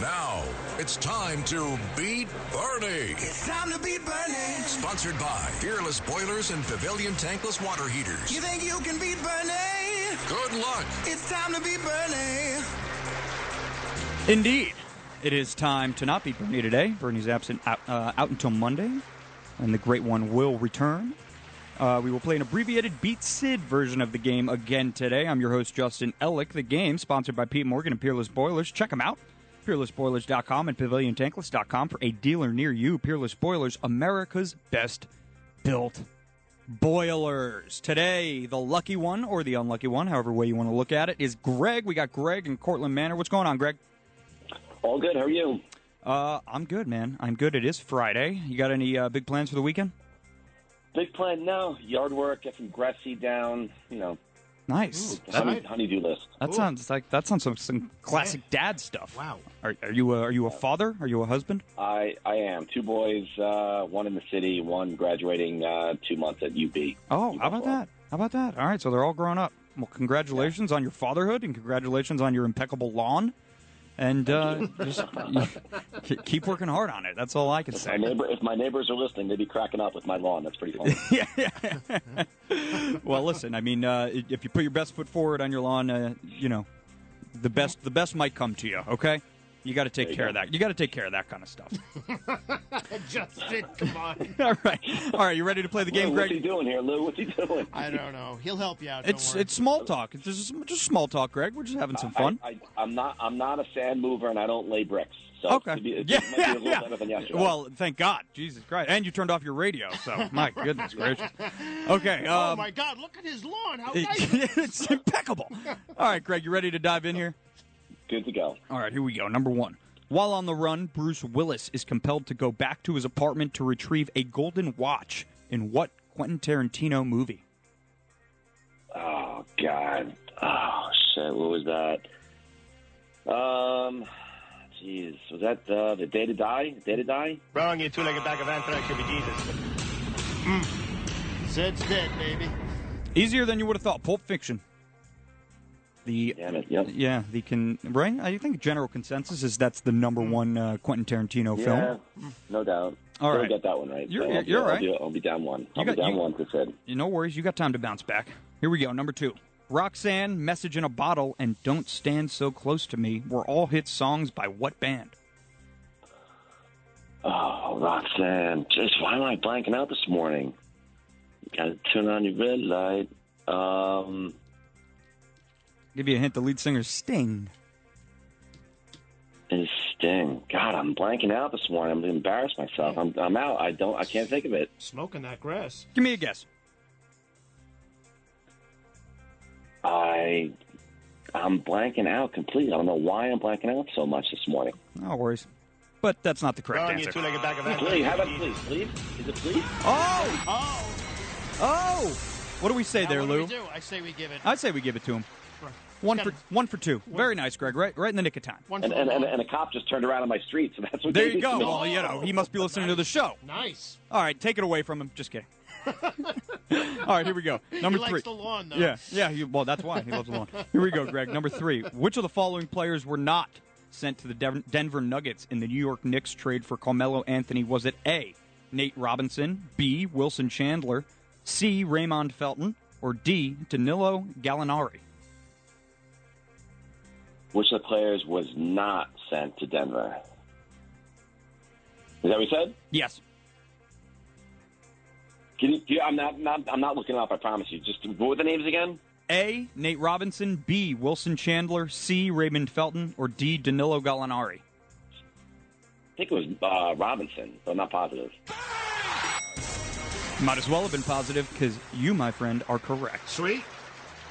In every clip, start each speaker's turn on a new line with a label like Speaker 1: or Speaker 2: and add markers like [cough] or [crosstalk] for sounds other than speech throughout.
Speaker 1: Now it's time to beat Bernie.
Speaker 2: It's time to beat Bernie.
Speaker 1: Sponsored by Fearless Boilers and Pavilion Tankless Water
Speaker 2: You
Speaker 1: Heaters.
Speaker 2: think you can beat Bernie?
Speaker 1: Good luck.
Speaker 2: It's time to beat Bernie.
Speaker 3: Indeed. It is time to not be Bernie today. Bernie's absent out, uh, out until Monday, and the great one will return. Uh, we will play an abbreviated Beat Sid version of the game again today. I'm your host, Justin Ellick. The game, sponsored by Pete Morgan and Peerless Boilers. Check them out. PeerlessBoilers.com and PavilionTankless.com for a dealer near you. Peerless Boilers, America's best built boilers. Today, the lucky one or the unlucky one, however way you want to look at it, is Greg. We got Greg in Cortland Manor. What's going on, Greg?
Speaker 4: All good. How are you?
Speaker 3: Uh, I'm good, man. I'm good. It is Friday. You got any uh, big plans for the weekend?
Speaker 4: Big plan now. Yard work. Get some grass seed down. You know,
Speaker 3: Nice.
Speaker 4: honey, honeydew list.
Speaker 3: That sounds like that sounds like some classic dad stuff. Wow. Are, are you a, are you a father? Are you a husband?
Speaker 4: I I am two boys. Uh, one in the city. One graduating uh, two months at UB.
Speaker 3: Oh,
Speaker 4: You
Speaker 3: how about
Speaker 4: know,
Speaker 3: that? How about that? All right, so they're all grown up. Well, congratulations on your fatherhood and congratulations on your impeccable lawn. And uh, just ke- [laughs] keep working hard on it. That's all I can
Speaker 4: If
Speaker 3: say.
Speaker 4: my neighbor, if my neighbors are listening, they'd be cracking up with my lawn. That's
Speaker 3: [laughs]
Speaker 4: pretty funny.
Speaker 3: yeah, yeah. well, listen. I mean, uh, i- if you put your best foot forward on your lawn, uh, you know, the best the best might come to you. Okay, you got to take care of that. You got to take care of that kind of
Speaker 4: [laughs]
Speaker 3: stuff. [laughs]
Speaker 5: Justin, come on.
Speaker 3: all right, all right. You ready to play the game,
Speaker 4: Lou, what's he
Speaker 3: Greg?
Speaker 4: doing here, Lou? What's he doing?
Speaker 5: [laughs] I don't know. He'll help you out. don't
Speaker 3: It's
Speaker 5: worry.
Speaker 3: it's small talk. It's just just small talk, Greg. We're just having some fun.
Speaker 4: I, I, am not. I'm not a sand mover, and I don't lay bricks. So
Speaker 3: Okay.
Speaker 4: It,
Speaker 3: [laughs]
Speaker 4: it,
Speaker 3: yeah,
Speaker 4: might be a little
Speaker 3: yeah.
Speaker 4: better than yesterday.
Speaker 3: Well, thank God, Jesus Christ, and you turned off your radio. So, my goodness gracious.
Speaker 4: [laughs]
Speaker 3: Okay. Um,
Speaker 5: oh my God! Look at his lawn. How
Speaker 3: [laughs]
Speaker 5: nice.
Speaker 3: it's impeccable. All right, Greg, you ready to dive in here?
Speaker 4: good to go.
Speaker 3: All right, here we go. Number one. While on the run, Bruce Willis is compelled to go back to his apartment to retrieve a golden watch in what Quentin Tarantino movie?
Speaker 4: Oh God. Oh shit. What was that? Um. Jeez. Was that uh, the day to die? Day to die?
Speaker 6: Wrong, you two-legged bag of anthrax should be Jesus.
Speaker 5: Mm. Zed's dead, baby.
Speaker 3: Easier than you would have thought. Pulp Fiction. The
Speaker 4: Damn it. Yep.
Speaker 3: yeah, the can right. I think general consensus is that's the number one uh, Quentin Tarantino
Speaker 4: Yeah.
Speaker 3: film.
Speaker 4: No doubt.
Speaker 3: All
Speaker 4: Still
Speaker 3: right.
Speaker 4: got that one right.
Speaker 3: You're-
Speaker 4: So I'll-
Speaker 3: you're
Speaker 4: I'll,
Speaker 3: right.
Speaker 4: do- I'll be down one. I'll
Speaker 3: got-
Speaker 4: be down
Speaker 3: you-
Speaker 4: one to said.
Speaker 3: No worries, you got time to bounce back. Here we go. Number two. Roxanne, Message in a Bottle, and Don't Stand So Close to Me were all hit songs by what band?
Speaker 4: Oh, Roxanne. Jeez, why am I blanking out this morning? Gotta turn on your red light. Um.
Speaker 3: Give you a hint. The lead singer Sting.
Speaker 4: Is Sting. God, I'm blanking out this morning. I'm gonna embarrass myself. I'm, I'm out. I don't. I can't think of it.
Speaker 5: Smoking that grass.
Speaker 3: Give me a guess.
Speaker 4: I I'm blanking out completely. I don't know why I'm blanking out so much this morning.
Speaker 3: No worries. But that's not the correct
Speaker 6: Wrong, you
Speaker 3: answer.
Speaker 6: two-legged bag of anthrax
Speaker 4: Please, how
Speaker 6: should
Speaker 4: about
Speaker 6: be Jesus.
Speaker 4: please, please? Is it please?
Speaker 3: Oh!
Speaker 5: Oh,
Speaker 3: Oh! What do we say
Speaker 5: now
Speaker 3: there,
Speaker 5: what
Speaker 3: Lou?
Speaker 5: Do we do? I say we give it
Speaker 3: I say we give it to him. One for
Speaker 5: Gotta-
Speaker 3: one for two. Very nice, Greg. Right, right in the nick of time.
Speaker 5: one for
Speaker 4: And and,
Speaker 5: the
Speaker 4: and
Speaker 5: lawn.
Speaker 4: and a cop just turned around on my street, so that's what
Speaker 3: There you
Speaker 4: they did to
Speaker 3: go.
Speaker 4: me.
Speaker 3: Well, you know, he must be listening to the show.
Speaker 5: Nice.
Speaker 3: All right, take it away from him. Just
Speaker 5: [laughs]
Speaker 3: kidding. All right, here we go. Number
Speaker 5: he
Speaker 3: three.
Speaker 5: likes the lawn though.
Speaker 3: Yeah, yeah. He, well, that's why he loves the lawn. Here we go, Greg. Number three. Which of the following players were not sent to the Dev- Denver Nuggets in the New York Knicks trade for Carmelo Anthony? Was it A. Nate Robinson, B. Wilson Chandler, C. Raymond Felton, or D. Danilo Gallinari?
Speaker 4: Which of the players was not sent to Denver? Is that what we said?
Speaker 3: Yes.
Speaker 4: Can you, do you, I'm not, not I'm not looking it up. I promise you. Just what were the names again?
Speaker 3: A. Nate Robinson, B. Wilson Chandler, C. Raymond Felton, or D. Danilo Gallinari?
Speaker 4: I think it was uh, Robinson, but I'm not positive.
Speaker 3: Might as well have been positive because you, my friend, are correct.
Speaker 5: Sweet.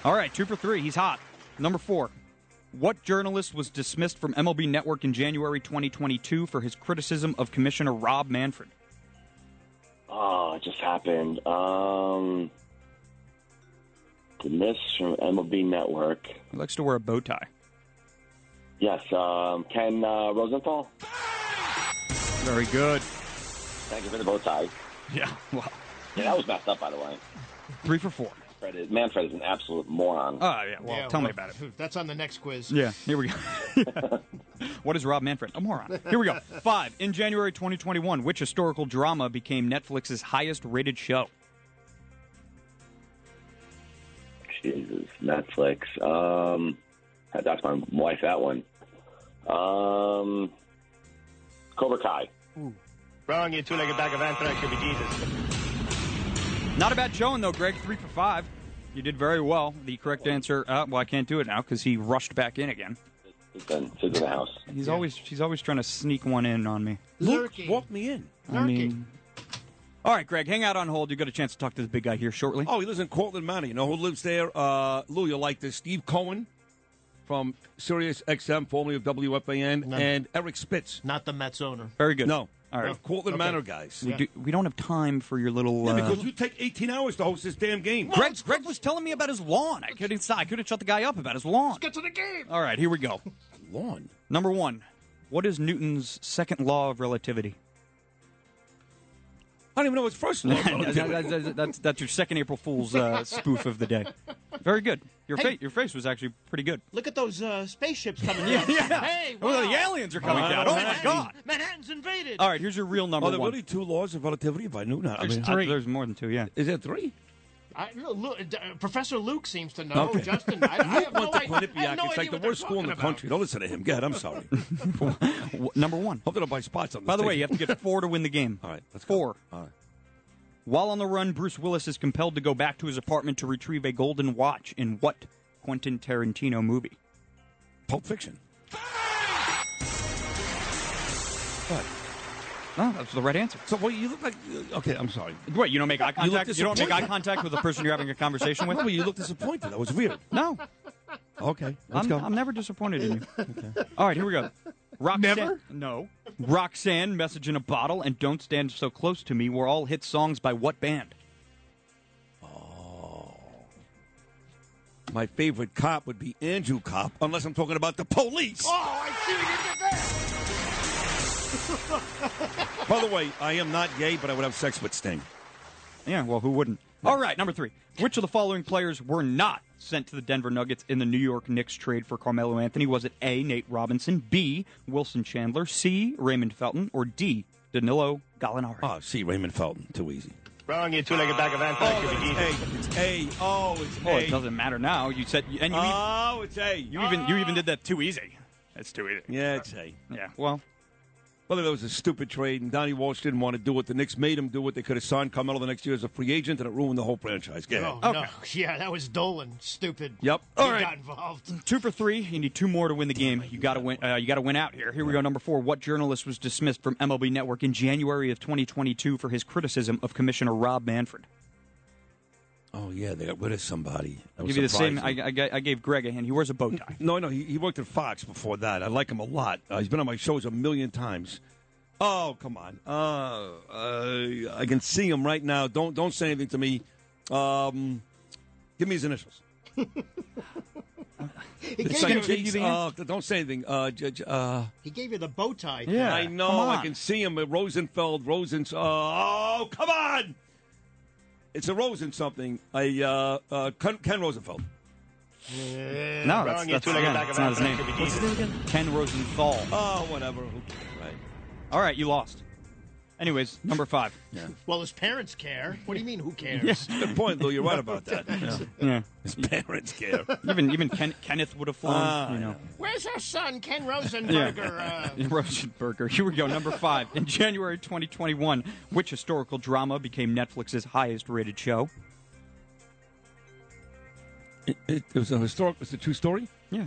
Speaker 3: All right, two for three. He's hot. Number four. What journalist was dismissed from MLB Network in January 2022 for his criticism of Commissioner Rob Manfred?
Speaker 4: Oh, it just happened. Um, the miss from MLB Network.
Speaker 3: He likes to wear a bow tie.
Speaker 4: Yes, um, Ken uh, Rosenthal.
Speaker 3: Very good.
Speaker 4: Thank you for the bow tie.
Speaker 3: Yeah. Wow.
Speaker 4: Yeah, that was messed up, by the way.
Speaker 3: Three for four.
Speaker 4: Fred is, Manfred is an absolute moron.
Speaker 7: Uh,
Speaker 3: Oh, yeah. Well,
Speaker 5: Yeah,
Speaker 3: tell me
Speaker 5: well,
Speaker 3: about it.
Speaker 5: [laughs] That's on the next quiz.
Speaker 3: Yeah, here we go. [laughs] What is Rob Manfred? A moron. Here
Speaker 5: [laughs]
Speaker 3: we go. Five. In January 2021, which historical drama became Netflix's highest rated show?
Speaker 4: Jesus, Netflix. Um, that's my wife. That one. Um, Cobra Kai.
Speaker 6: Wrong, you two-legged bag of anthrax could be Jesus.
Speaker 3: Not a bad showing, though, Greg. Three for five. You did very well. The correct answer, uh, well, I can't do it now because he rushed back in again.
Speaker 4: It's in, it's in the house.
Speaker 3: He's always, she's always trying to sneak one in on me.
Speaker 5: Lurking.
Speaker 7: Walk me in.
Speaker 3: I
Speaker 5: Lurking.
Speaker 3: mean- all right, Greg, hang out on hold. You got a chance to talk to the big guy here shortly.
Speaker 7: Oh, he lives in Cortland Manor. You know who lives there? Uh, Lou, you like this? Steve Cohen from Sirius XM, formerly of WFAN,
Speaker 5: No.
Speaker 7: and Eric Spitz.
Speaker 5: Not the Mets owner.
Speaker 3: Very good.
Speaker 7: No.
Speaker 3: All right.
Speaker 7: Cortland
Speaker 5: Okay.
Speaker 7: Manor guys.
Speaker 3: We, do, we don't have time for your little.
Speaker 7: Yeah,
Speaker 3: uh,
Speaker 7: because you take 18 hours to host this damn game.
Speaker 3: Greg, Greg was telling me about his lawn. I couldn't stop. I couldn't shut the guy up about his lawn.
Speaker 5: Get to the game.
Speaker 3: All right, here we go.
Speaker 7: Lawn.
Speaker 3: Number one, what is Newton's second law of relativity?
Speaker 7: I don't even know his
Speaker 3: [laughs]
Speaker 5: [laughs]
Speaker 7: first law.
Speaker 3: that's, that's- that's your second April Fool's uh, spoof of the day. Very good. Your
Speaker 5: Hey.
Speaker 3: face, your face was actually pretty good.
Speaker 5: Look at those uh, spaceships
Speaker 3: [laughs]
Speaker 5: coming in. Hey,
Speaker 3: Oh,
Speaker 5: wow.
Speaker 3: the aliens are coming
Speaker 7: Oh,
Speaker 3: down.
Speaker 7: wow. Oh,
Speaker 3: Oh my God!
Speaker 5: Manhattan's invaded.
Speaker 3: All right, here's your real number
Speaker 7: Are there
Speaker 3: one.
Speaker 7: really two laws of relativity? If I knew not, I mean,
Speaker 3: Uh, there's more than two. Yeah.
Speaker 7: is there three?
Speaker 5: I, no, look, uh, Professor Luke seems to know.
Speaker 7: Okay.
Speaker 5: Justin, I, I have no
Speaker 7: Quantum
Speaker 5: idea. [laughs] I have
Speaker 7: Quinnipiac.
Speaker 5: no idea
Speaker 7: it's like the
Speaker 5: what they're
Speaker 7: worst school in the
Speaker 5: talking about.
Speaker 7: country. Don't listen to him. Get it.
Speaker 5: [laughs]
Speaker 7: I'm sorry.
Speaker 3: W- number one.
Speaker 7: Hope they don't buy spots on this.
Speaker 3: By the way,
Speaker 7: station.
Speaker 3: you have to
Speaker 7: [laughs]
Speaker 3: get four to win the game.
Speaker 7: All right, let's go.
Speaker 3: four.
Speaker 7: All right.
Speaker 3: While on the run, Bruce Willis is compelled to go back to his apartment to retrieve a golden watch in what Quentin Tarantino movie?
Speaker 7: Pulp Fiction. What?
Speaker 3: No, that's the right answer.
Speaker 7: So, well, you look like. uh, Okay, I'm sorry.
Speaker 3: Wait, you don't make eye
Speaker 7: You look
Speaker 3: contact. You, don't make eye
Speaker 7: disappointed.
Speaker 3: contact with the person you're having a conversation
Speaker 7: No,
Speaker 3: with.
Speaker 7: [laughs] but you look disappointed. That was weird.
Speaker 3: No,
Speaker 7: Okay, let's
Speaker 3: I'm,
Speaker 7: go.
Speaker 3: I'm never disappointed in you. All right, here we go. Roxanne,
Speaker 5: Never?
Speaker 3: No. Roxanne, Message in a Bottle, and Don't Stand So Close to Me were all hit songs by what band?
Speaker 7: My favorite cop would be Andrew Cop, unless I'm talking about the police.
Speaker 5: Oh, I see what you did there.
Speaker 7: [laughs] By the way, I am not gay, but I would have sex with Sting.
Speaker 3: Yeah, well, who wouldn't? All right, number three. Which of the following players were not sent to the Denver Nuggets in the New York Knicks trade for Carmelo Anthony? Was it A, Nate Robinson, B, Wilson Chandler, C, Raymond Felton, or D, Danilo Gallinari?
Speaker 7: Oh, see, Raymond Felton. Too easy.
Speaker 6: Wrong, you two-legged bag of
Speaker 5: Oh,
Speaker 6: anthrax could be Jesus.
Speaker 7: Oh, It's A. Oh, it's
Speaker 3: oh, it doesn't matter now. You said, and you, even-
Speaker 7: Oh, it's A.
Speaker 3: you even you even did that too easy. That's too easy.
Speaker 7: Yeah, it's A.
Speaker 3: Yeah. Well,
Speaker 7: Well, that was a stupid trade, and Donnie Walsh didn't want to do it. The Knicks made him do it. They could have signed Carmelo the next year as a free agent, and it ruined the whole franchise. Go ahead.
Speaker 5: Oh, no. Yeah, that was Dolan. Stupid.
Speaker 7: Yep.
Speaker 5: He
Speaker 7: All right.
Speaker 5: got involved.
Speaker 3: two for three. You need two more to win the game. You got to win. Uh, you got to win out here. Here we go. Number four. What journalist was dismissed from MLB Network in January of 2022 for his criticism of Commissioner Rob Manfred?
Speaker 7: Oh, yeah, they got rid of somebody. That was
Speaker 3: Give you the same. I,
Speaker 7: surprising.
Speaker 3: I, I gave Greg a hand. He wears a bow tie.
Speaker 7: No, no, he, he worked at Fox before that. I like him a lot. Uh, he's been on my shows a million times. Oh, come on. Uh, uh, I can see him right now. Don't don't say anything to me. Um, give me his initials.
Speaker 5: He
Speaker 7: It's
Speaker 5: gave,
Speaker 7: like
Speaker 5: you,
Speaker 7: J-
Speaker 5: he,
Speaker 7: uh, don't say anything. Uh, j- j- uh,
Speaker 5: gave you the bow tie.
Speaker 3: Yeah.
Speaker 7: I
Speaker 3: come
Speaker 7: know.
Speaker 3: on.
Speaker 7: I can see him. Uh, Rosenfeld, Rosen. Uh, oh, come on! It's a Rosen something. I uh, uh, Ken, Ken Rosenfeld.
Speaker 3: No,
Speaker 6: Wrong,
Speaker 3: that's,
Speaker 6: you
Speaker 3: that's,
Speaker 6: two-legged
Speaker 3: again,
Speaker 6: bag of
Speaker 3: that's not his name.
Speaker 6: anthrax could be
Speaker 3: What's his name
Speaker 6: Jesus.
Speaker 3: again? Ken Rosenthal.
Speaker 7: Oh, whatever. Who cares, right?
Speaker 3: All right, you lost. Anyways, number five.
Speaker 5: Well, his parents care. What do you mean, who cares?
Speaker 7: Good point, Lou. You're right about
Speaker 3: [laughs]
Speaker 7: that.
Speaker 3: Yeah.
Speaker 7: His parents care.
Speaker 3: Even even Ken, Kenneth would have flown.
Speaker 7: Ah,
Speaker 3: you know.
Speaker 5: Where's our son, Ken Rosenberger? Uh,
Speaker 3: [laughs] Rosenberger. Here we go. Number five. In January 2021, which historical drama became Netflix's highest rated show?
Speaker 7: It, it, it was a historic. It's a true story,
Speaker 3: Yeah.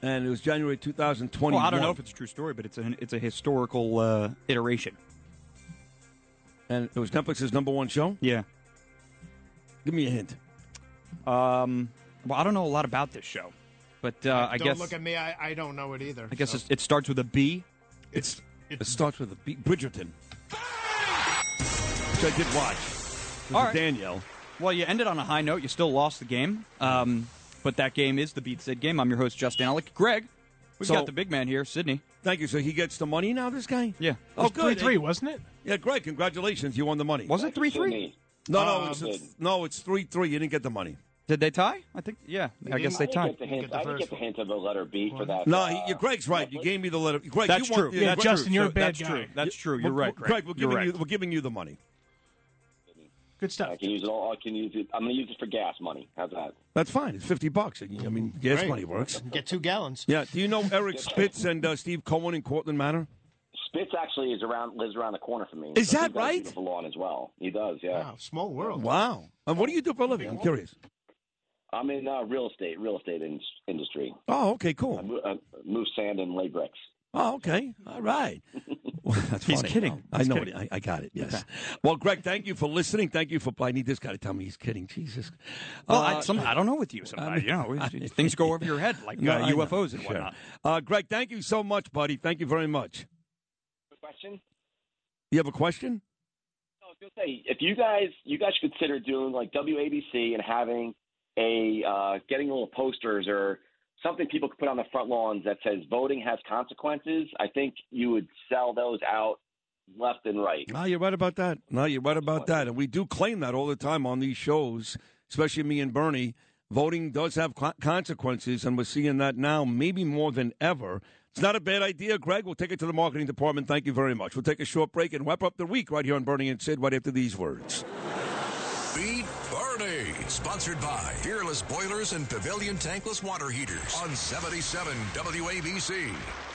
Speaker 7: and it was January 2021.
Speaker 3: Well, I don't know if it's a true story, but it's an it's a historical uh, iteration.
Speaker 7: and it was Netflix's number one show.
Speaker 3: Yeah.
Speaker 7: Give me a hint.
Speaker 3: Um. Well, I don't know a lot about this show. But uh, I
Speaker 5: don't
Speaker 3: guess
Speaker 5: look at me. I, I don't know it either.
Speaker 3: I guess
Speaker 5: so.
Speaker 3: it's it starts with a B.
Speaker 7: It's, it starts with a B. Bridgerton. Which I did watch. With
Speaker 3: All right.
Speaker 7: Danielle.
Speaker 3: Well, you ended on a high note. You still lost the game. Um, but that game is the Beat Sid game. I'm your host, Justin Alec. Greg, we've
Speaker 7: So-
Speaker 3: got the big man here, Sydney.
Speaker 7: Thank you. So he gets the money now, this guy?
Speaker 3: Yeah.
Speaker 7: Oh,
Speaker 8: Three
Speaker 7: good.
Speaker 8: three, wasn't it?
Speaker 7: Yeah, Greg, congratulations. You won the money.
Speaker 3: Was it 3 3?
Speaker 4: Sydney.
Speaker 7: No, no,
Speaker 3: Uh,
Speaker 7: it's,
Speaker 4: Um,
Speaker 7: it's- no, it's 3 3. You didn't get the money.
Speaker 3: Did they tie? I think, yeah. I guess
Speaker 4: I
Speaker 3: they
Speaker 4: didn't
Speaker 3: tied.
Speaker 4: get the hint.
Speaker 5: get the
Speaker 4: I didn't
Speaker 5: first
Speaker 4: get the hint of the letter B for that.
Speaker 7: No,
Speaker 4: uh,
Speaker 7: he, you, Greg's right. You gave me the letter. Greg,
Speaker 3: That's
Speaker 7: you want
Speaker 3: true.
Speaker 7: the-
Speaker 3: Yeah,
Speaker 7: Greg,
Speaker 8: Justin, you're a bad
Speaker 3: That's true.
Speaker 8: guy.
Speaker 3: That's true.
Speaker 7: we're-
Speaker 3: You're right,
Speaker 7: we're-
Speaker 3: Greg.
Speaker 7: we're
Speaker 3: You're
Speaker 7: giving, you,
Speaker 3: right.
Speaker 7: we're giving you the money.
Speaker 8: Good
Speaker 4: I
Speaker 8: stuff.
Speaker 4: can use it all. I can use it. I'm going to use it for gas money. How's that?
Speaker 7: That's fine. It's 50 bucks. I mean, gas
Speaker 5: Right.
Speaker 7: money works.
Speaker 5: get two gallons.
Speaker 7: Yeah. Do you know Eric Spitz and uh, Steve Cohen in Cortland Manor?
Speaker 4: Spitz actually is around, lives around the corner from me.
Speaker 7: Is
Speaker 4: so
Speaker 7: that
Speaker 4: he does
Speaker 7: right?
Speaker 4: Beautiful lawn as well. He does. Yeah.
Speaker 5: Wow, small world.
Speaker 7: Wow. And what do you do for a living? I'm curious.
Speaker 4: I'm in uh, real estate, real estate in- industry.
Speaker 7: Oh, okay,
Speaker 4: I
Speaker 7: cool.
Speaker 4: move, I move sand and lay bricks.
Speaker 7: Oh, okay. All [laughs] right. Well, that's
Speaker 3: He's
Speaker 7: funny.
Speaker 3: kidding.
Speaker 7: I
Speaker 3: He's
Speaker 7: know
Speaker 3: kidding.
Speaker 7: it. I, I got it. Yes. [laughs] Well, Greg, thank you for listening. Thank you for. I need this guy to tell me he's kidding. Jesus.
Speaker 3: Well,
Speaker 7: Uh,
Speaker 3: I, some, I don't know with you sometimes. You
Speaker 7: [laughs]
Speaker 3: know, it's- things go over your head like
Speaker 7: no,
Speaker 3: uh,
Speaker 7: I know.
Speaker 3: UFOs and
Speaker 7: Sure.
Speaker 3: whatnot.
Speaker 7: Uh, Greg, thank you so much, buddy. Thank you very much.
Speaker 4: Question?
Speaker 7: You have a question?
Speaker 4: I was gonna say, if you guys, you guys should consider doing like WABC and having a uh, getting little posters or something people could put on the front lawns that says voting has consequences. I think you would sell those out left and right.
Speaker 7: No, you're right about that. No, you're right about that. And we do claim that all the time on these shows, especially me and Bernie. Voting does have co- consequences, and we're seeing that now, maybe more than ever. It's not a bad idea, Greg. We'll take it to the marketing department. Thank you very much. We'll take a short break and wrap up the week right here on Bernie and Sid right after these words.
Speaker 1: Beat Bernie. Sponsored by Fearless Boilers and Pavilion Tankless Water Heaters on 77 WABC.